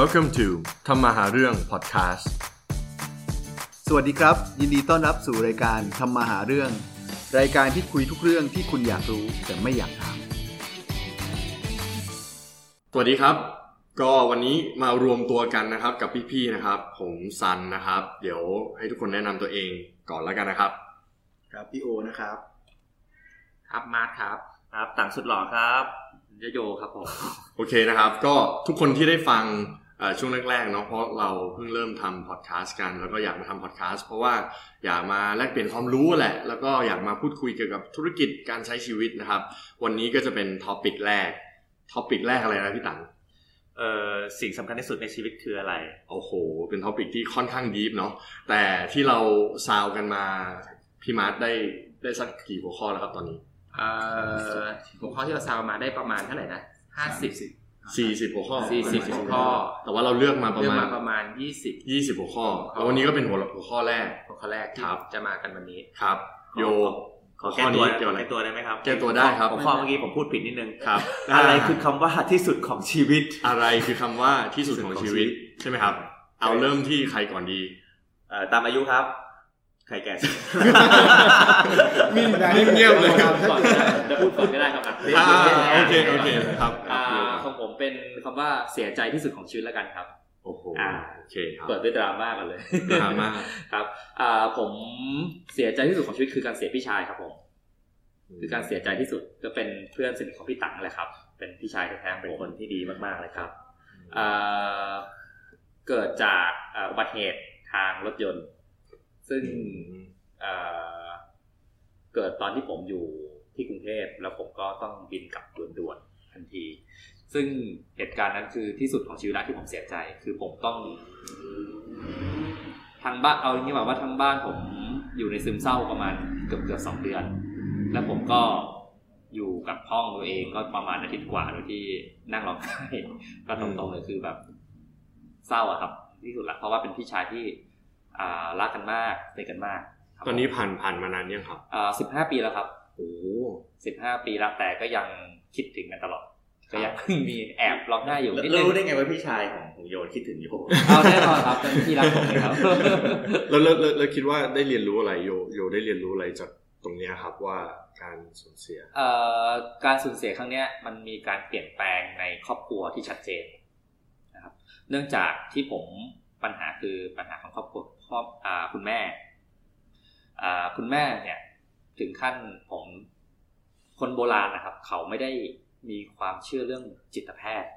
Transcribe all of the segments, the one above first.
Welcome to ทำมาหาเรื่อง podcast สวัสดีครับ ยินดีต้อนรับสู่รายการทำมาหาเรื่อง รายการที่คุยทุกเรื่องที่คุณอยากรู้แต่ไม่อยากถาม สวัสดีครับ ก็วันนี้มารวมตัวกันนะครับกับพี่ๆนะครับ ผมซันนะครับ เดี๋ยวให้ทุกคนแนะนำตัวเองก่อนแล้วกันนะครับ ครับพี่โอนะครับ ครับมาร์ทครับครับต่างสุดหล่อครับโยโยครับผม โอเคนะครับ ก็ทุกคนที่ได้ฟังเอ่อช่วงแรกๆเนาะเพราะเราเพิ่งเริ่มทำพอดแคสต์กัน แล้วก็อยากมาทำพอดแคสต์เพราะว่าอยากมาแลกเปลี่ยนความรู้แหละ แล้วก็อยากมาพูดคุยเกี่ยวกับธุรกิจการใช้ชีวิตนะครับ วันนี้ก็จะเป็นท็อปิกแรกท็อปิกแรกอะไรนะพี่ตัง เอ่อสิ่งสำคัญที่สุดในชีวิตคืออะไร โอ้โห เป็นท็อปิกที่ค่อนข้างดีฟเนาะแต่ที่เราซาวกันมาพี่มาร์ทได้ได้สักกี่หัวข้อแล้วครับตอนนี้ เอ่อหัวข้อที่เราซาวมาได้ประมาณเท่าไหร่นะห้าสิบ 40 หัวข้อ 40หัวข้อ แต่ว่าเราเลือกมาประ เรื่อง มาณ มาประมาณยี่สิบ 20 หัวข้อ หัวข้อ แล้ววันนี้ก็เป็นหัวหัวข้อแรก หัวข้อแรกที่ ครับ จะมากันวันนี้ ครับโย ขอ ข้ แก้ อ ตัว นี้เกี่ยวอะไร แก้ตัวได้ไหมครับ แก้ตัวได้ครับ ผมข้อเมื่อกี้ผมพูดผิดนิดนึง ครับ อะไรคือคำว่าที่สุดของชีวิต อะไรคือคำว่าที่สุดของชีวิตใช่ไหมครับ เอาเริ่มที่ใครก่อนดี เอ่อตามอายุครับ ใครแก่สุ ด นิ่ง เงียบเลยครับ ก่อนก็ได้จะพูดก่อนก็ได้ครับอ่ะ อ่า โอเคโอเคครับ อ่าของผมเป็นคำว่าเสียใจที่สุดของชีวิตแล้วกันครับ โอ้โห อ่า โอเคครับ เปิดด้วยดราม่ากันเลย ดราม่า ครับอ่าผมเสียใจที่สุดของชีวิตคือการเสียพี่ชายครับผม คือการเสียใจที่สุดก็เป็นเพื่อนสนิทของพี่ตังแหละครับ เป็นพี่ชายแท้ๆเป็นคนที่ดีมากๆเลยครับ เอ่อเกิดจากเอ่ออุบัติเหตุทางรถยนต์ ซึ่งเอ่อเกิดตอนที่ผมอยู่ที่กรุงเทพแล้วผมก็ต้องบินกลับด่วนๆทันที ซึ่งเหตุการณ์นั้นคือที่สุดของชีวิตละที่ผมเสียใจ คือผมต้องทางบ้านเอาอย่างนี้บอกว่าทางบ้านผมอยู่ในซึมเศร้าประมาณเกือบเกือบสองเดือน แล้วผมก็อยู่กับห้องตัวเองก็ประมาณอาทิตย์กว่าโดยที่นั่งร้องไห้ ก็ตรงๆเลยคือแบบเศร้าอะครับ ที่สุดละเพราะว่าเป็นพี่ชายที่อ่ารักกันมากสนิทกันมากครับ ตอนนี้ผ่านผ่านมานานยังครับ อ่าสิบห้าปีแล้วครับ โอ้โห สิบห้าปีแล้วแต่ก็ยังคิดถึงกันตลอด ก็ยัง มีแอบร้องไห้อยู่นิดนึง รู้ได้ไงว่าพี่ชายของของโยคิดถึงโย เอาแน่นอนครับเป็นที่รักผมเลย ครับ แล้วแล้วแล้วแล้วคิดว่าได้เรียนรู้อะไรโยโยได้เรียนรู้อะไรจากตรงเนี้ยครับว่าการสูญเสีย เอ่อการสูญเสียครั้งเนี้ยมันมีการเปลี่ยนแปลงในครอบครัวที่ชัดเจนนะครับเนื่องจากที่ผมปัญหาคือปัญหาของครอบครัวครอบอ่าคุณแม่อ่าคุณแม่เนี่ยถึงขั้นผมคนโบราณนะครับ เขาไม่ได้มีความเชื่อเรื่องจิตแพทย์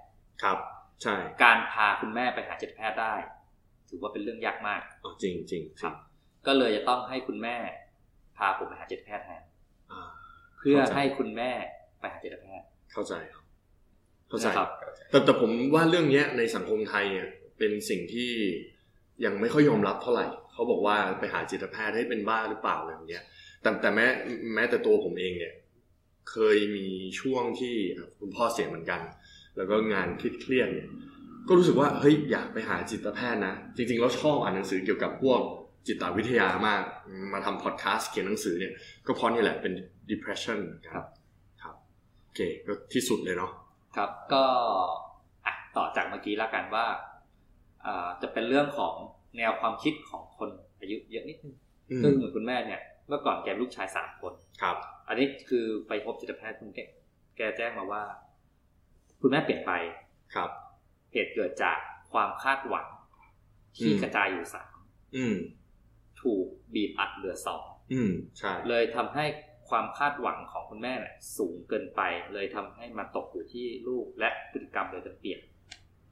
ครับ ใช่ การพาคุณแม่ไปหาจิตแพทย์ได้ ถือว่าเป็นเรื่องยากมาก เอาจริงจริงจ ครั ง บ ก็เลยจะต้องให้คุณแม่พาผมไปหาจิตแพทย์แทน อ่า เพื่อ เข้าใจ ให้คุณแม่ไปหาจิตแพทย์ เข้าใจครับเข้าใจ นะครับ แต่แต่ผมว่าเรื่องเนี้ยในสังคมไทยเนี่ยเป็นสิ่งที่ยังไม่ค่อยยอมรับเท่าไหร่ เขาบอกว่าไปหาจิตแพทย์ให้เป็นบ้าหรือเปล่าอะไรอย่างเงี้ยแต่แต่แม้แม้แต่ตัวผมเองเนี่ย เคยมีช่วงที่คุณพ่อเสียเหมือนกัน แล้วก็งานเครียดๆเนี่ยก็รู้สึกว่าเฮ้ยอยากไปหาจิตแพทย์นะ จริงๆเราชอบอ่านหนังสือเกี่ยวกับพวกจิตวิทยามากมาทำพอดแคสต์เขียนหนังสือเนี่ยก็เพราะนี่แหละเป็น depression เหมือนกัน ครับ ครับโอเคก็ที่สุดเลยเนาะ ครับก็อ่ะต่อจากเมื่อกี้ละกันว่าอ่าจะเป็นเรื่องของแนวความคิดของคนอายุเยอะนิดนึง อืม ซึ่งเหมือนคุณแม่เนี่ยเมื่อก่อนแกมีลูกชายสามคน ครับ อันนี้คือไปพบจิตแพทย์คุณแกแกแจ้งมาว่า คุณแม่เปลี่ยนไป ครับ เหตุเกิดจากความคาดหวัง ที่ อืม กระจายอยู่สาม อืม ถูกบีบอัดเหลือสอง อืม ใช่ เลยทำให้ความคาดหวังของคุณแม่เนี่ยสูงเกินไป เลยทำให้มาตกอยู่ที่ลูกและพฤติกรรมเลยจะเปลี่ยน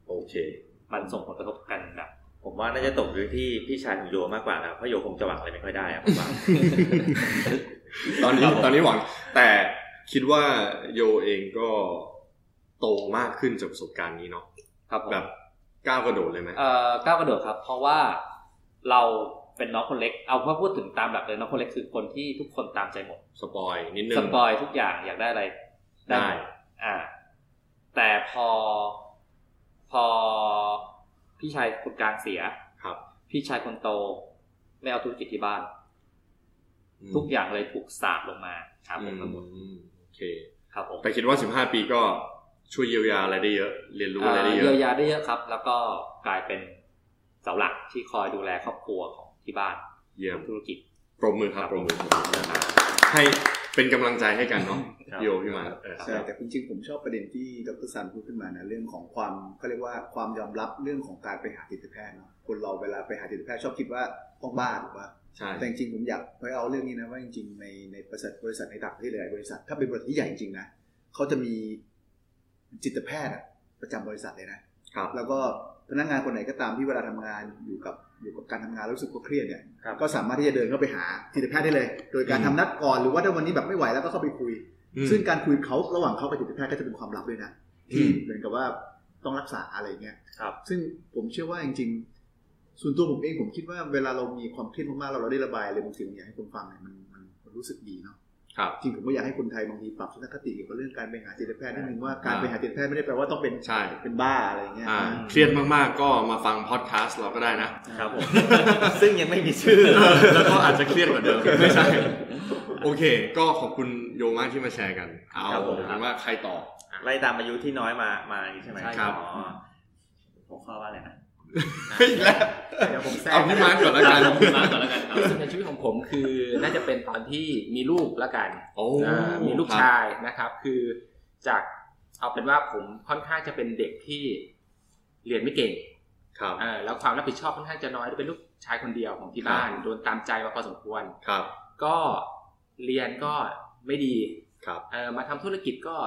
โอเค มันส่งผลกระทบกันแบบ ผมว่าน่าจะตกอยู่ที่พี่ชายของโยมากกว่านะครับเพราะโยคงจะหวังอะไรไม่ค่อยได้อะผมว่า ตอนนี้ ครับผม ตอนนี้หวัง แต่คิดว่าโยเองก็โตมากขึ้นจากประสบการณ์นี้เนาะ ครับผม แบบก้าวกระโดดเลยไหม เอ่อก้าวกระโดดครับ เพราะว่าเราเป็นน้องคนเล็ก เอาพอพูดถึงตามหลักเลยน้องคนเล็กคือคนที่ทุกคนตามใจหมด สปอยนิดนึง สปอยทุกอย่างอยากได้อะไร ได้ หมอ่า แต่พอพอพี่ชายคนกลางเสีย ครับ พี่ชายคนโตไม่เอาธุรกิจที่บ้าน ม ทุกอย่างเลยถูกสาบลงมาครับผ อื ม ม ทั้งหมด โอเค ครับผม แต่คิดว่า 15 ปีก็ ช่วยเยียวยาอะไรได้เยอะ เรียนรู้ เอ่ อะไร อ ได้เย เยีย อะ วยาได้เยอะครับ แล้วก็กลายเป็นเสาหลักที่คอยดูแลครอบครัวของที่บ้าน เยี่ยม ธุรกิจ ปรบมือครับปรบมือให้เป็นกำลังใจให้กันเนาะพี่โยพี่มาเออ ใช่แต่จริงๆผมชอบประเด็นที่ดรซันพูดขึ้นมานะเรื่องของความเขาเรียกว่าความยอมรับเรื่องของการไปหาจิตแพทย์เนาะคนเราเวลาไปหาจิตแพทย์ชอบคิดว่าต้องบ้าหรือว่า ใช่ แต่จริงๆผมอยากไปเอาเรื่องนี้นะว่าจริงๆในในบริษัทบริษัทในต่างประเทศหลายๆบริษัท ถ้าเป็นบริษัทที่ใหญ่จริงๆนะเขาจะมีจิตแพทย์อะประจำบริษัทเลยนะ ครับ แล้วก็พนักงานคนไหนก็ตามที่เวลาทำงานอยู่กับอยู่กับการทำงานแล้วรู้สึกว่าเครียดเนี่ย ครับ ก็สามารถที่จะเดินเข้าไปหาจิตแพทย์ได้เลย โดยการทำนัดก่อนหรือว่าถ้าวันนี้แบบไม่ไหวแล้วก็เข้าไปคุย อืม ซึ่งการคุยเขาระหว่างเขากับจิตแพทย์ก็จะเป็นความลับด้วยนะ อื ที่ ม เหมือนกับว่าต้องรักษาอะไรเงี้ย ครับ ซึ่งผมเชื่อว่าจริงๆ ส่วนตัวผมเองผมคิดว่าเวลาเรามีความเครียดมากๆเราเราได้ระบายอะไรบางสิ่งบางอย่างให้คนฟังเนี่ยมันมันมันรู้สึกดีเนาะ ครับ จริงผมก็อยากให้คนไทยบางทีปรับทัศนคติเกี่ยวกับเรื่องการไปหาจิตแพทย์นิดนึงว่าการไปหาจิตแพทย์ไม่ได้แปลว่าต้องเป็น ใช่ เป็นบ้าอะไรเงี้ย อ่า นะ เครียดมากๆ ก็มาฟังพอดแคสต์เราก็ได้นะ ครับผม ซึ่งยังไม่มีชื่อ แล้วก็อาจจะเครียดกว่าเดิม ไม่ใช่ โอเค ก็ขอบคุณโยมากที่มาแชร์กัน เอา ครับผม เป็นว่าใครต่อ ไล่ตามอายุที่น้อยมามาอย่างนี้ใช่ไหม ใช่ ครับ อ๋อหัวข้อว่าอะไรนะ อีกแล้ว เดี๋ยวผมแทรก เอาพี่มาร์คก่อนละกัน ที่มาก่อนแล้วกันที่สุดในชีวิตของผมคือน่าจะเป็นตอนที่มีลูกละกัน โอ้ อ่ามีลูก ครับ ชายนะครับ คือจากเอาเป็นว่าผมค่อนข้างจะเป็นเด็กที่เรียนไม่เก่ง ครับ เอ่อแล้วความรับผิดชอบค่อนข้างจะน้อยด้วยเป็นลูกชายคนเดียวของที่บ้านโดนตามใจมาพอสมควร ครับ ก็เรียนก็ไม่ดี ครับ เอ่อมาทำธุรกิจก็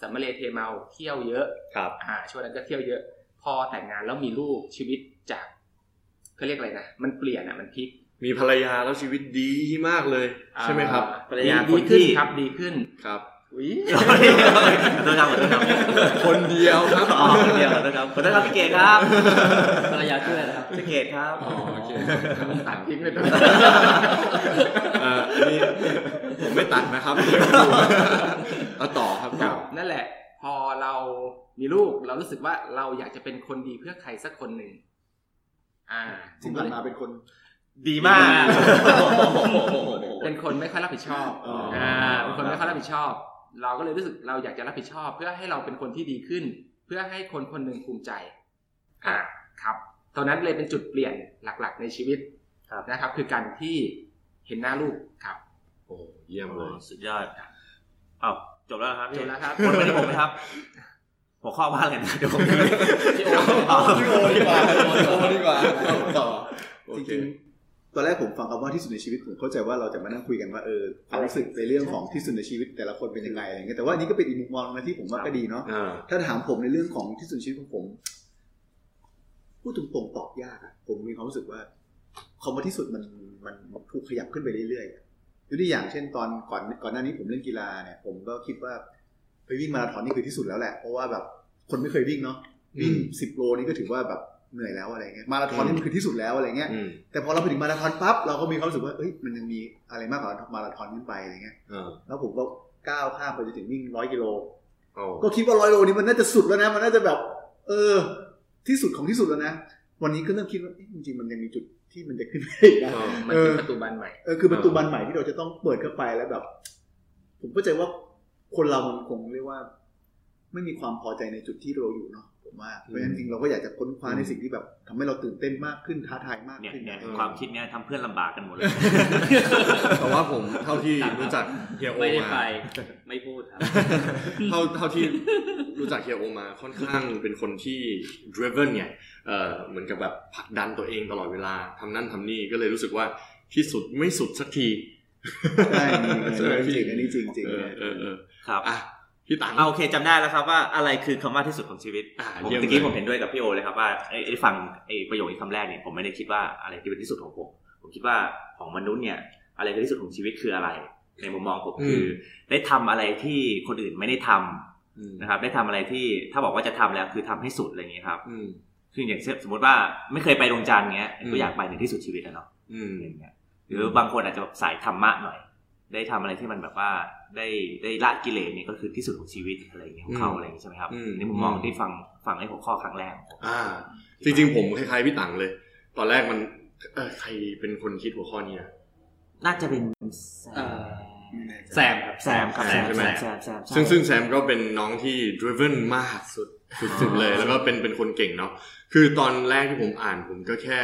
สัมมาเลเทเมาเที่ยวเยอะ ครับ อ่าช่วงนั้นก็เที่ยวเยอะ พอแต่งงานแล้วมีลูกชีวิต จากเขาเรียกอะไรนะมันเปลี่ยนอ่ะมันพลิก มีภรรยาแล้วชีวิตดีมากเลย ใช่ไหมครับ อ่ ภรรยา ดี คน ขึ้น ที่ ครับดีขึ้น ครับ อุย ขอโทษครับขอโทษครับ คนเดียวครับ อ๋อคนเดียวขอโทษครับขอโทษครับพี่เกดครับ ภรรยาชื่ออะไรนะครับ พี่เกดครับ อ๋อ โอเค ตัดทิ้งเลยนะ เอ่อนี่ผมไม่ตัดนะครับเอาต่อครับ ค ต่ รั อบ นั่นแหละ พอเรามีลูกเรารู้สึกว่าเราอยากจะเป็นคนดีเพื่อใครสักคนหนึ่งอ่า ที่ผ่านมาเป็นคน ดีมาก เป็นคนไม่ค่อยรับผิดชอบ อ๋ออ่ อ่าเป็นคนไม่ค่อยรับผิดชอบ เราก็เลยรู้สึกเราอยากจะรับผิดชอบ เพื่อให้เราเป็นคนที่ดีขึ้น เพื่อให้คนคนหนึ่งภูมิใจอ่าครับตอนนั้นเลยเป็นจุดเปลี่ยนหลักๆ ในชีวิตนะครับ คือการที่เห็นหน้าลูกครับ โอ้เยี่ยมเลย สุดยอดอ้าวจบแล้วเหรอครับ จ พี่ บแล้วครับ หมดวันนี้ผมไหมครับ หัวข้อว่าอะไรนะเดี๋ยวผม พี่โอ๊ต พี่โอดีกว่าพี่โอดีกว่าต่อโอ จ เค ริงๆ ตอนแรกผมฟังคำว่าที่สุดในชีวิตผมเข้าใจว่าเราจะมานั่งคุยกันว่าเออความรู้สึกในเรื่องของที่สุดในชีวิตแต่ละคนเป็นยังไงอะไรเงี้ยแต่ว่าอันนี้ก็เป็นอีกมุมมองนะที่ผมว่าก็ดีเนาะ อ่า ถ้าถามผมในเรื่องของที่สุดในชีวิตของผมพูดตรงๆตอบยากอะผมมีความรู้สึกว่าคำว่าที่สุดมันมันมันถูกขยับขึ้นไปเรื่อยๆอะยกตัวอย่างเช่นตอนก่อนก่อนหน้านี้ผมเล่นกีฬาเนี่ยผมก็คิดว่าไปวิ่งมาราธอนนี่คือที่สุดแล้วแหละเพราะว่าแบบคนไม่เคยวิ่งเนาะวิ่งสิบโลนี่ก็ถือว่าแบบเหนื่อยแล้วอะไรเงี้ยมาราธอนนี่มันคือที่สุดแล้วอะไรเงี้ย อืม แต่พอเราไปถึงมาราธอนปั๊บเราก็มีความรู้สึกว่าเอ้ยมันยังมีอะไรมากกว่ามาราธอนขึ้นไปอะไรเงี้ย อ่า แล้วผมก็ก้าวข้ามไปจนถึงวิ่งร้อยกิโล โอ้ ก็คิดว่าร้อยโลนี้มันน่าจะสุดแล้วนะมันน่าจะแบบ เออ ที่สุดของที่สุดแล้วนะวันนี้ก็เริ่มคิดว่าเอ๊ะจริงๆมันยังมีจุดที่มันจะขึ้นไปอีกนะ อ่า มันเป็นประตูบานใหม่ เออคือประตูบานใหม่ที่เราจะต้องเปิดเข้าไปแล้วแบบ ผมเข้าใจว่าคนเรามันคงเรียกว่า ไม่มีความพอใจในจุดที่เราอยู่เนาะผมว่าเพราะฉะนั้นจริงเราก็อยากจะค้นคว้าในสิ่งที่แบบทำให้เราตื่นเต้นมากขึ้นท้าทายมาก เนี่ย ขึ้น เนี่ยความคิดเนี่ยทำเพื่อนลำบากกันหมดเลย แต่ว่าผมเท่าที่รู้จักเฮียโอ ไม่ได้มไปา ไม่พูดครับ เท่าเท่าที่รู้จักเฮียโอมาค่อนข้างเป็นคนที่ driven ไงเออเหมือนกับแบบผลักดันตัวเองตลอดเวลาทำนั่นทำนี่ก็เลยรู้สึกว่าที่สุดไม่สุดสักที ใช่มีมี ใช่ไหมพี่ จริงอันนี้จริงจริง เออเออเออ ครับ อ่ะพี่ตัง อ่ะโอเคจำได้แล้วครับว่าอะไรคือคำว่าที่สุดของชีวิต อ่ะ ผม เยี่ยม ตะกี้ เลย ผมเห็นด้วยกับพี่โอเลยครับว่าไอ้ไอ้ฟังไอ้ประโยคนี้คำแรกเนี่ยผมไม่ได้คิดว่าอะไรที่เป็นที่สุดของผม ผมคิดว่าของมนุษย์เนี่ยอะไรคือที่สุดของชีวิตคืออะไร ในมุมมองผมคืออได้ทำอะไรที่คนอื่นไม่ได้ทำ อืม นะครับ ได้ทำอะไรที่ถ้าบอกว่าจะทำแล้วคือทำให้สุดอะไรอย่างเงี้ยครับ อืม คืออย่างเช่นสมมติว่าไม่เคยไปดวงจันทร์เงี้ย อืม ก็อยากไปถึงที่สุดชีวิตแล้วเนาะ อืม อย่างเงี้ยหรือบางคนอาจจะแบบสายธรรมะหน่อย ได้ทำอะไรที่มันแบบว่าได้ได้ละกิเลสเนี่ยก็คือที่สุดของชีวิตอะไรอย่างเงี้ยของเขา อืม อะไรอย่างเงี้ยใช่ไหมครับ อื ในมุมมองที่ฟังฟังในหัวข้อครั้งแรกของผม อ่า จริงๆผมคล้ายๆพี่ตังเลย ตอนแรกมันเออใครเป็นคนคิดหัวข้อนี้นะ น่าจะเป็น เอ่อ ไม่แน่ใจ แซมครับ แซมครับแซม ใช่ไหม แซมแซม ซึ่งซึ่งแซมก็เป็นน้องที่ driven มากสุดสุด ๆเลย แล้วก็เป็นเป็นคนเก่งเนาะคือตอนแรกที่ผมอ่านผมก็แค่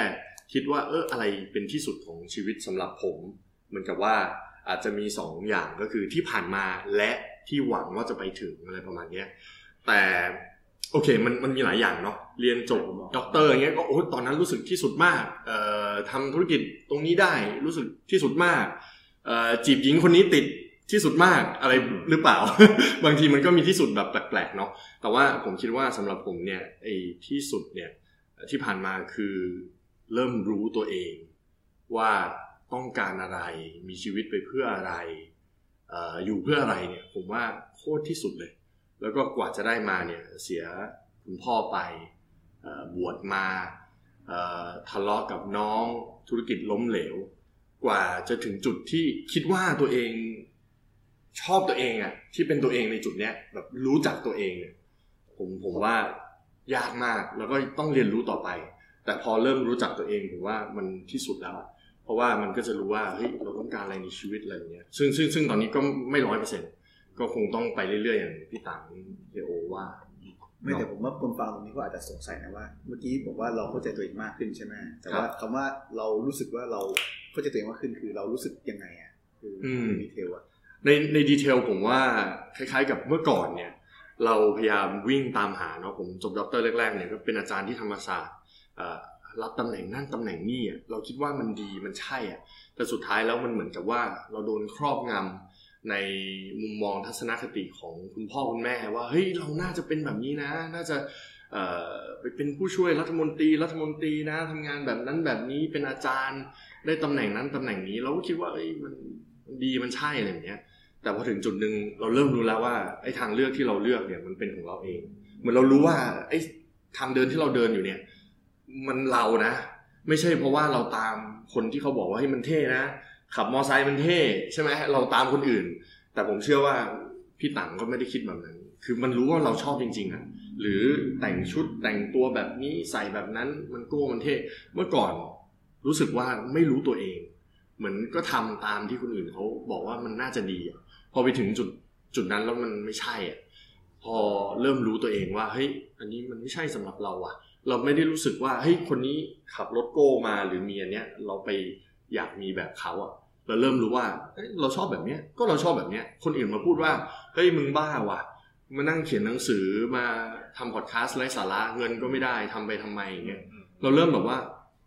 คิดว่าเอออะไรเป็นที่สุดของชีวิตสำหรับผมเหมือนกับว่าอาจจะมีสองอย่างก็คือที่ผ่านมาและที่หวังว่าจะไปถึงอะไรประมาณเนี้ยแต่โอเคมันมันมีหลายอย่างเนาะเรียนจบด็อกเตอร์อย่างเงี้ยก็โอ้ยตอนนั้นรู้สึกที่สุดมากเอ่อทำธุรกิจตรงนี้ได้รู้สึกที่สุดมาก เอ่อจีบหญิงคนนี้ติดที่สุดมากอะไรหรือเปล่า บางทีมันก็มีที่สุดแบบแปลกๆเนาะแต่ว่าผมคิดว่าสำหรับผมเนี่ยไอ้ที่สุดเนี่ยที่ผ่านมาคือเริ่มรู้ตัวเอง ว่าต้องการอะไรมีชีวิตไปเพื่ออะไรเอออยู่เพื่ออะไรเนี่ยผมว่าโคตรที่สุดเลย แล้วก็กว่าจะได้มาเนี่ยเสียคุณพ่อไปเอ่อบวชมาเอ่อทะเลาะกับน้องธุรกิจล้มเหลว กว่าจะถึงจุดที่คิดว่าตัวเองชอบตัวเองอะที่เป็นตัวเองในจุดเนี้ยแบบรู้จักตัวเองเนี่ยผมผมว่ายากมากแล้วก็ต้องเรียนรู้ต่อไป แต่พอเริ่มรู้จักตัวเองผมว่ามันที่สุดแล้วอะเพราะว่ามันก็จะรู้ว่าเฮ้ยเราต้องการอะไรในชีวิตอะไรอย่างเงี้ยซึ่งซึ่งซึ่งตอนนี้ก็ไม่ร้อยเปอร์เซ็นต์ก็คงต้องไปเรื่อยๆอย่างพี่ตังเดโอว่า ไม่แต่ผมว่าคนฟังตรงนี้ก็อาจจะสงสัยนะว่า เมื่อกี้บอกว่าเราเข้าใจตัวเองมากขึ้นใช่ไหมแต่ว่าคำว่าเรารู้สึกว่าเราเข้าใจตัวเองมากขึ้นคือเรารู้สึกยังไงอ่ะคืออ ม ดีเทลอ่ะ ในในดีเทลผมว่าคล้ายๆกับเมื่อก่อนเนี่ย เราพยายามวิ่งตามหาเนาะผมจบด็อกเตอร์แรกๆเนี่ยก็เป็นอาจารย์ที่ธรรมศาสตร์เอ่อรับตำแหน่งนั่นตำแหน่งนี่อะเราคิดว่ามันดีมันใช่อ่ะแต่สุดท้ายแล้วมันเหมือนกับว่าเราโดนครอบงำในมุมมองทัศนคติของคุณพ่อคุณแม่ว่าเฮ้ยเราน่าจะเป็นแบบนี้นะ น่าจะเอ่อไปเป็นผู้ช่วยรัฐมนตรีรัฐมนตรีนะทำงานแบบนั้นแบบนี้เป็นอาจารย์ ได้ตำแหน่งนั้นตำแหน่งนี้เราก็คิดว่าเอ้ยมันมันดีมันใช่อะไรอย่างเงี้ย แต่พอถึงจุดหนึ่งเราเริ่มรู้แล้วว่าไอ้ทางเลือกที่เราเลือกเนี่ยมันเป็นของเราเอง เหมือนเรารู้ว่าไอ้ทางเดินที่เราเดินอยู่เนี่ย มันเรานะ ไม่ใช่เพราะว่าเราตามคนที่เขาบอกว่าให้ยมันเท่นะ ขับมอไซค์มันเท่ใช่ไหมเราตามคนอื่น แต่ผมเชื่อว่าพี่ตังก็ไม่ได้คิดแบบนั้น คือมันรู้ว่าเราชอบจริงๆอะหรือแต่งชุดแต่งตัวแบบนี้ใส่แบบนั้นมันโก้มันเท่เมื่อก่อนรู้สึกว่าไม่รู้ตัวเอง เหมือนก็ทำตามที่คนอื่นเขาบอกว่ามันน่าจะดีอะ พอไปถึงจุดจุดนั้นแล้วมันไม่ใช่อ่ะพอเริ่มรู้ตัวเองว่าเฮ้ยอันนี้มันไม่ใช่สำหรับเราอ่ะ เราไม่ได้รู้สึกว่าเฮ้ยคนนี้ขับรถโก้มาหรือมีอันเนี้ยเราไปอยากมีแบบเขาอ่ะ เราเริ่มรู้ว่าเอ้ยเราชอบแบบเนี้ยก็เราชอบแบบเนี้ยคนอื่นมาพูดว่าเฮ้ยมึงบ้าว่ะมานั่งเขียนหนังสือมาทำพอดแคสต์ไร้สาระเงินก็ไม่ได้ทำไปทำไมอย่างเงี้ย เราเริ่มแบบว่า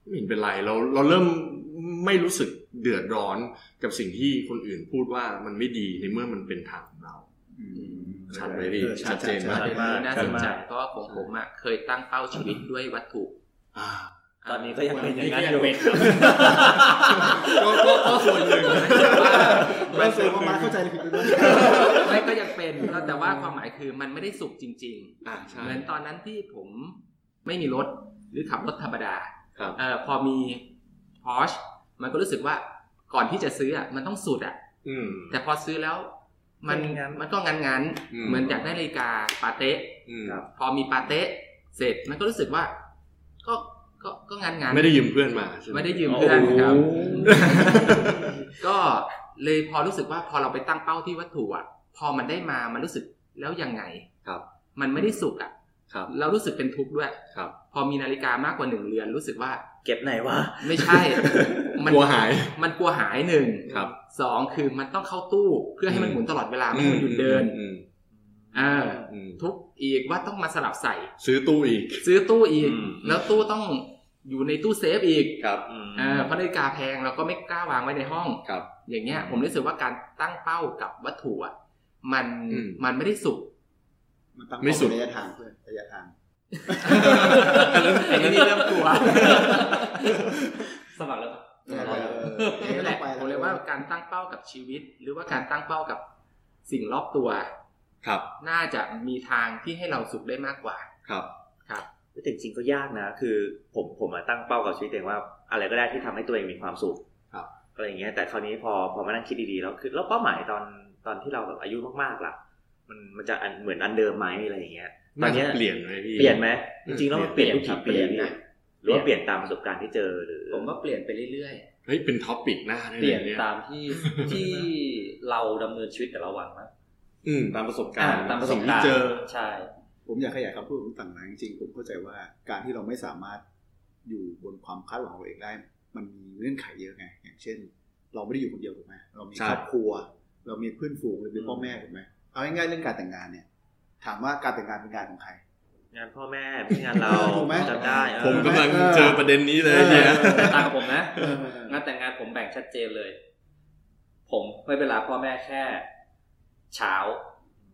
ไม่เห็นเป็นไรเราเราเริ่มไม่รู้สึกเดือดร้อนกับสิ่งที่คนอื่นพูดว่ามันไม่ดีในเมื่อมันเป็นทางของเรา อืม ชัดไหมพี่ ออ ชัดเจนมาก ชัด อัน มาก นี้น่าสนใจเพราะว่าของผมอ่ะเคยตั้งเป้าชีวิตด้วยวัตถุ อ่า ตอนนี้ ก็ยังเป็นอย่าง ก็ นั้น ยั อง ยู่ เป็น ก็ก็ก็ส่วนหนึ่ง ไม่เซอร์ว่ามาเข้าใจผิดไปด้วย ไม่ก็ยัง เป็นก็แต่ว่าความหมายคือมันไม่ได้สุขจริง ๆ อ่าใช่ เหมือนตอนนั้นที่ผมไม่มีรถหรือขับรถธรรมดา ครับ เออพอมี Porsche มันก็รู้สึกว่าก่อนที่จะซื้ออ่ะมันต้องสุดอ่ะ อืม แต่พอซื้อแล้วมัน งั้นๆ มันก็งันงันๆ อืม เหมือนอยากได้นาฬิกาปาเต้ อืม พอมีปาเต้เสร็จมันก็รู้สึกว่า ก็ก็ก็งันงันๆ ไม่ได้ยืมเพื่อนมาใช่ห ไม่ได้ยืมเพื่อนนะครับ โอ้ ก็เลยพอรู้สึกว่าพอเราไปตั้งเป้าที่วัตถุอ่ะ พอมันได้มามันรู้สึกแล้วยังไง ครับ มันไม่ได้สุขอ่ะ ครับ เรารู้สึกเป็นทุกข์ด้วย ครับ พอมีนาฬิกามากกว่าหนึ่งเรือนรู้สึกว่า เก็บไหนวะ ไม่ ใช่ มัน กลัวหาย มันกลัวหายหนึ่ง ครับ สองคือมันต้องเข้าตู้เพื่อให้มัน อืม หมุนตลอดเวลาไม่ให้มันหยุดเดิน อืม เออ อืม ทุกข์อีกว่าต้องมาสลับใส่ ซื้อตู้อีก ซื้อตู้อีก อืม แล้วตู้ต้องอยู่ในตู้เซฟอีก ครับ เออเพราะนาฬิกาแพงเราก็ไม่กล้าวางไว้ในห้อง ครับ อย่างเงี้ย ผมรู้สึกว่าการตั้งเป้ากับวัตถุอ่ะมัน อืม มันไม่ได้สุข มันตั้ง ไม่สุด เป้าระยะทางเพื่อนระยะทาง อันนี้อันนี้เริ่มกลัว สมัครแล้วครับ เออเออ นั่นแหละ ไปแล้ว ผมเลยว่าการตั้งเป้ากับชีวิต หรือว่าการตั้งเป้ากับสิ่งรอบตัว ครับ น่าจะมีทางที่ให้เราสุขได้มากกว่า ครับ แต่จริงๆก็ยากนะ คือผมผมมาตั้งเป้ากับชีวิตตัวเองว่า อะไรก็ได้ที่ทำให้ตัวเองมีความสุข ครับ อะไรอย่างเงี้ย แต่คราวนี้พอพอมานั่งคิดดีๆแล้วคือแล้วเป้าหมายตอนตอนที่เราแบบอายุมากๆล่ะ มันมันจะอันเหมือนอันเดิมไหมอะไรอย่างเงี้ย ตอนเนี้ย าจะเปลี่ยนไหมพี่ เปลี่ยนไหมจริงๆแล้วมันเปลี่ยนทุก ครั กี่ บเปปีลี่ยน พี่ นะ หรือว่าเปลี่ยนตามประสบการณ์ที่เจอหรือ ผมว่าเปลี่ยนไปเรื่อย เฮ้ยเป็นท็อปปิกหน้าได้ ๆเลเปลี่ยน ยเนี่ย ตาม ที่ ที่เราดำเนินชีวิตแต่ละวันมั้ง อืมตามประสบการณ์ อ่ตามประสบ สิ่ง กาที่รณ์ เจอ ใช่ ผมอยากขยายคำพูดของต่างนะจริงๆผมเข้าใจว่าการที่เราไม่สามารถอยู่บนความคาดหวังของเราเองได้ มันมีเงื่อนไขเยอะไง อย่างเช่น เราไม่ได้อยู่คนเดียวถูกไหมเรามี ใช่ ครอบครัว เรามีเพื่อนฝูงหรือมีพ่อแม่ถูกไหมเอาง่ายๆเรื่องการแต่งงานเนี่ย ถามว่าการแต่งงานเป็นงาน ของใคร งานพ่อแม่ไม่ใช่งานเรา ถูกไหม จำได้เออ ผมกำลังเจอประเด็นนี้เลยเนี่ย แต่ต่างกับผมนะ เออ งานแต่งงานผมแบ่งชัดเจนเลย ผมไม่เวลาพ่อแม่แค่ เช้า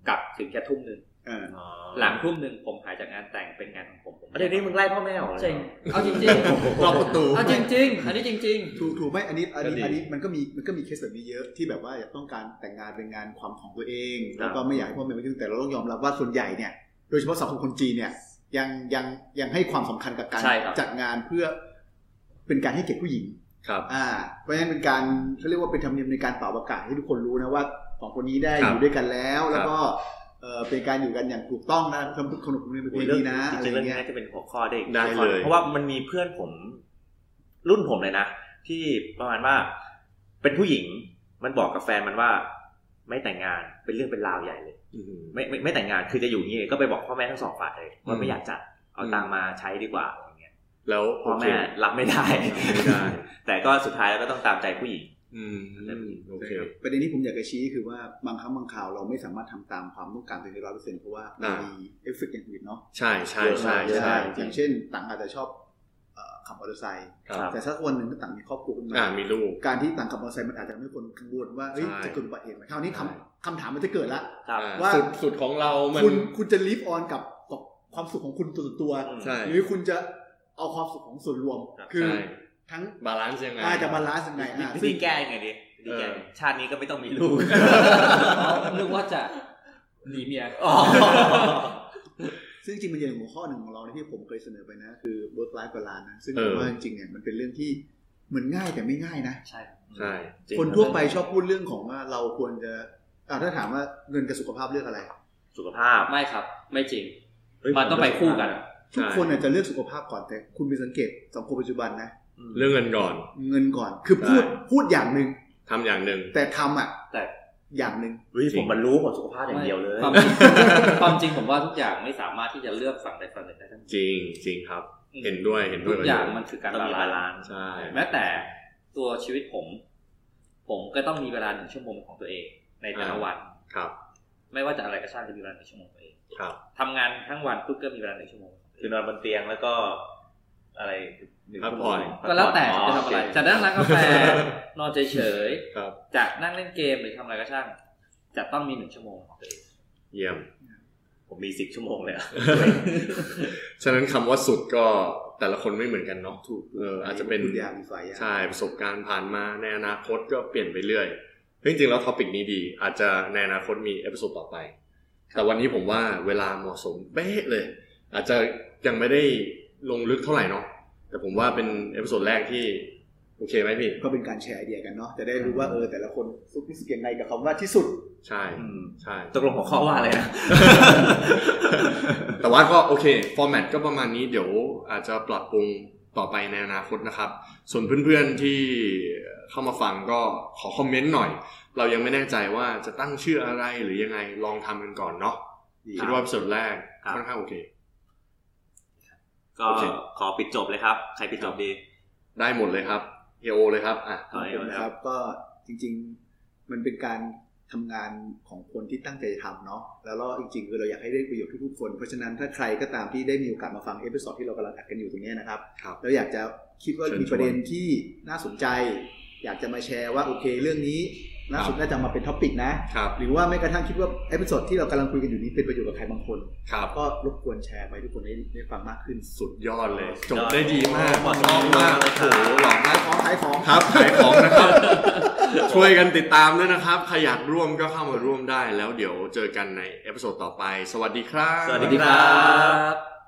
กลับถึงแค่ทุ่มหนึ่ง เออ อ๋อ หลังทุ่มหนึ่งผมหายจากงานแต่งเป็นงานของผมผม ประเด็นนี้มึงไล่พ่อแม่ออกเลยเหจรอริงเอาจริง รอบประตู ๆเอาจริง ๆ อันนี้จริง ถูกถูกไหมอันนี้อันนี้ ก็ดี อันนี้มันก็มีมันก็มีเคสแบบนี้เยอะที่แบบว่าอยากต้องการแต่งงานเป็นงานความของตัวเอง แล้วก็ไม่อยากให้พ่อแม่มายุ่งแต่เราต้องยอมรับว่าส่วนใหญ่เนี่ยโดยเฉพาะสังคมคนจีนเนี่ย ยังยังยังให้ความสำคัญกับการ ใช่ครับ จัดงานเพื่อเป็นการให้เกียรติผู้หญิง ครับ อ่า เพราะฉะนั้นเป็นการเขาเรียกว่าเป็นธรรมเนียมในการเป่าประกาศให้ทุกคนรู้นะว่าสองคนนี้ได้ ครั อบ ยู่ด้วยกันแล้ว ครับ แล้วก็เอ่อเป็นการอยู่กันอย่างถูกต้องนะคำพูดขนบธรรมเนียมเป็น อุ๊ย เรื่ เรื่อง นี้นะ จ อะไร ริงๆเรื่องนี้ เงี้ย น่าจะเป็นหัวข้อได้อีก ได้ หัวข้อ เลย เพราะว่ามันมีเพื่อนผมรุ่นผมเลยนะ ที่ประมาณว่าเป็นผู้หญิงมันบอกกับแฟนมันว่า ไม่แต่งงานเป็นเรื่องเป็นราวใหญ่เลย อืม ไม่ไม่ไม่แต่งงานคือจะอยู่นี่ก็ไปบอกพ่อแม่ทั้งสองฝ่ายเลยว่า อืม ไม่อยากจัดเอาตังค์มาใช้ดีกว่าอะไรเงี้ย แล้ว พ่อแม่ โเค รับไม่ได้ ไม่ได้ แต่ก็สุดท้ายแล้วก็ต้องตามใจผู้หญิง อืมโอเค ประเด็นที่ผมอยากจะชี้คือว่าบางครั้งบางข่าวเราไม่สามารถทำตามความต้องการตัวเองได้ร้อยเปอร์เซ็นต์เพราะว่ามัน อ่ามี มีเอฟเฟกต์อย่างอื่นเนาะ ใช่ใช่ใช่ เยอะ ใช่ มากอย่างเช่นต่างอาจจะชอบเอ่อขับมอเตอร์ไซค์ ครับ แต่สักวันหนึ่งถ้าต่างมีครอบครัวขึ้นมา อ่ามีลูก การที่ต่างขับมอเตอร์ไซค์มันอาจจะทำให้คนกังวลว่าเอ้ย ใช่ จะเกิดอุบัติเหตุไหมคราวนี้ ใช่ คำคำถามมันจะเกิดละ ครับ อ่ ว่า สุดสุดของเรา มัน คุณคุณจะลิฟออนกับกับความสุขของคุณตัวต่อตัว ใช่ หรือคุณจะเอาความสุขของส่วนรวม ครับ คือ ใช่ ทั้ง บาลานซ์ยังไง อาจจะมาล้าสังไงอ่ะ วิ ซึ่ ธี ง แก้ยังไงดีวิธีแก้ยังไงชาตินี้ก็ไม่ต้องมีลูก ๆนึกว่าจะหนีเมีย ซึ่งจริงมันยังหัวข้อหนึ่งของเราที่ผมเคยเสนอไปนะ คือ work life balance นะซึ่ง เอ ผ อ มว่าจริงๆเนี่ยมันเป็นเรื่องที่เหมือนง่ายแต่ไม่ง่ายนะ ใช่ ใช่จริง คนทั่วไปชอบพูดเรื่องของว่าเราควรจะอ่ะถ้าถามว่าเงินกับสุขภาพเลือกอะไร สุขภาพ ไม่ครับ ไม่จริง เฮ้ย มันต้องไปคู่กัน ทุกคนอาจจะเลือกสุขภาพก่อนแต่คุณไปสังเกตสังคมปัจจุบันนะ อืม เรื่องเงินก่อน เงินก่อนคือพูด ใช่ พูดอย่างหนึ่ง ทำอย่างหนึ่ง แต่ทำอ่ะ แต่ อย่างหนึ่ง เฮ้ยผมบรรลุผมสุขภาพอย่างเดียวเลย ความจริง ความจริงผมว่าทุกอย่างไม่สามารถที่จะเลือกฝั่งใดฝั่งหนึ่งได้ทั้งหมด จริงจริงครับ เห็นด้วยเห็นด้ ทุ วย ก กับ อย่างมันคือการ ต้องมีบา บาลา ลาน นซ์ ซ์ ใช่ แม้แต่ตัวชีวิตผม ผมก็ต้องมีเวลาหนึ่งชั่วโมงของตัวเอง ในแต่ละ อ่า วัน ครับ ไม่ว่าจะอะไรก็ช่างจะมีเวลาหนึ่งชั่วโมงตัวเอง ครับ ทำงานทั้งวันปุ๊บก็มีเวลาหนึ่งชั่วโมงของตัวเอ คือง นอนบนเตียงแล้วก็อะไรหนึ่ง พักผ่อน ชั่วโมง ก็แล้วแต่จะทำอะโเคไร จะนั่งร้านกาแฟ นอนเฉย ครับ ๆจะนั่งเล่นเกมหรือทำอะไรก็ช่าง จะต้องมีหนึ่งชั่วโมงของตัวเอง เยี่ยม ผมมีสิบชั่วโมงเลย อะ ฉะนั้นคำว่าสุดก็แต่ละคนไม่เหมือนกันเนาะถูกเอออาจจะเป็น พูดอย่างอีกฝ่ายอย่าง ใช่ประสบการณ์ผ่านมาในอนาคตก็เปลี่ยนไปเรื่อยเฮ้ยจริงๆแล้วท็อปิกนี้ดี อาจจะในอนาคตมีเอพิโซดต่อไป แต่วันนี้ผมว่าเวลาเหมาะสมเป๊ะเลย อาจจะยังไม่ได้ลงลึกเท่าไหร่เนาะแต่ผมว่าเป็นเอพิโซดแรกที่โอเคไหมพี่ ก็เป็นการแชร์ไอเดียกันเนาะจะได้รู้ว่าเออแต่ละคนรู้สึกยังไงกับคำว่าที่สุด ใช่ อืม ใช่ ตกลงหัวข้อว่าอะไรนะ แต่ว่าก็โอเค ฟอร์แมตก็ประมาณนี้เดี๋ยวอาจจะปรับปรุงต่อไปในอนาคตนะครับ ส่วนเพื่อนๆที่เข้ามาฟังก็ขอคอมเมนต์หน่อย เรายังไม่แน่ใจว่าจะตั้งชื่ออะไรหรือยังไงลองทำกันก่อนเนาะคิดว่าส่วนแรก ครับ ค่อนข้างโอเค ก็ โอเค ขอปิดจบเลยครับ ใครปิดจบดี ได้หมดเลยครับเฮโอเลยครับอ่ะ ขอบคุณ นะ ค ค รั รับ บก็จริงๆมันเป็นการทำงานของคนที่ตั้งใจจะทำเนาะแล้วก็จริงๆคือเราอยากให้ได้ประโยชน์ทุกๆคน เพราะฉะนั้นถ้าใครก็ตามที่ได้มีโอกาสมาฟังเอพิซ od ที่เรากำลังอัดกันอยู่ตรงเนี้ยนะครับ ครับ เราอยากจะคิดว่า เชิญชวน มีประเด็นที่น่าสนใจ อยากจะมาแชร์ว่าโอเคเรื่องนี้น่าสครันบ น่าจะมาเป็นท็อปิกนะครับหรือว่าแม้กระทั่งคิดว่าเอพิซ od ที่เรากำลังคุยกันอยู่นี้เป็นประโยชน์กับใครบางคน ครับ ก็รบกวนแชร์ไปให้ทุกคนได้ได้ฟังมากขึ้น สุดยอดเลย จบได้ดีมาก ขอบคุณ ชอบมากโอ้โหหล่อมาก ขายของขายของ ครับขายของนะครับ ช่วยกันติดตามด้วยนะครับ ใครอยากร่วมก็เข้ามาร่วมได้ แล้วเดี๋ยวเจอกันในเอพิโซดต่อไป สวัสดีครับ สวัสดีครับ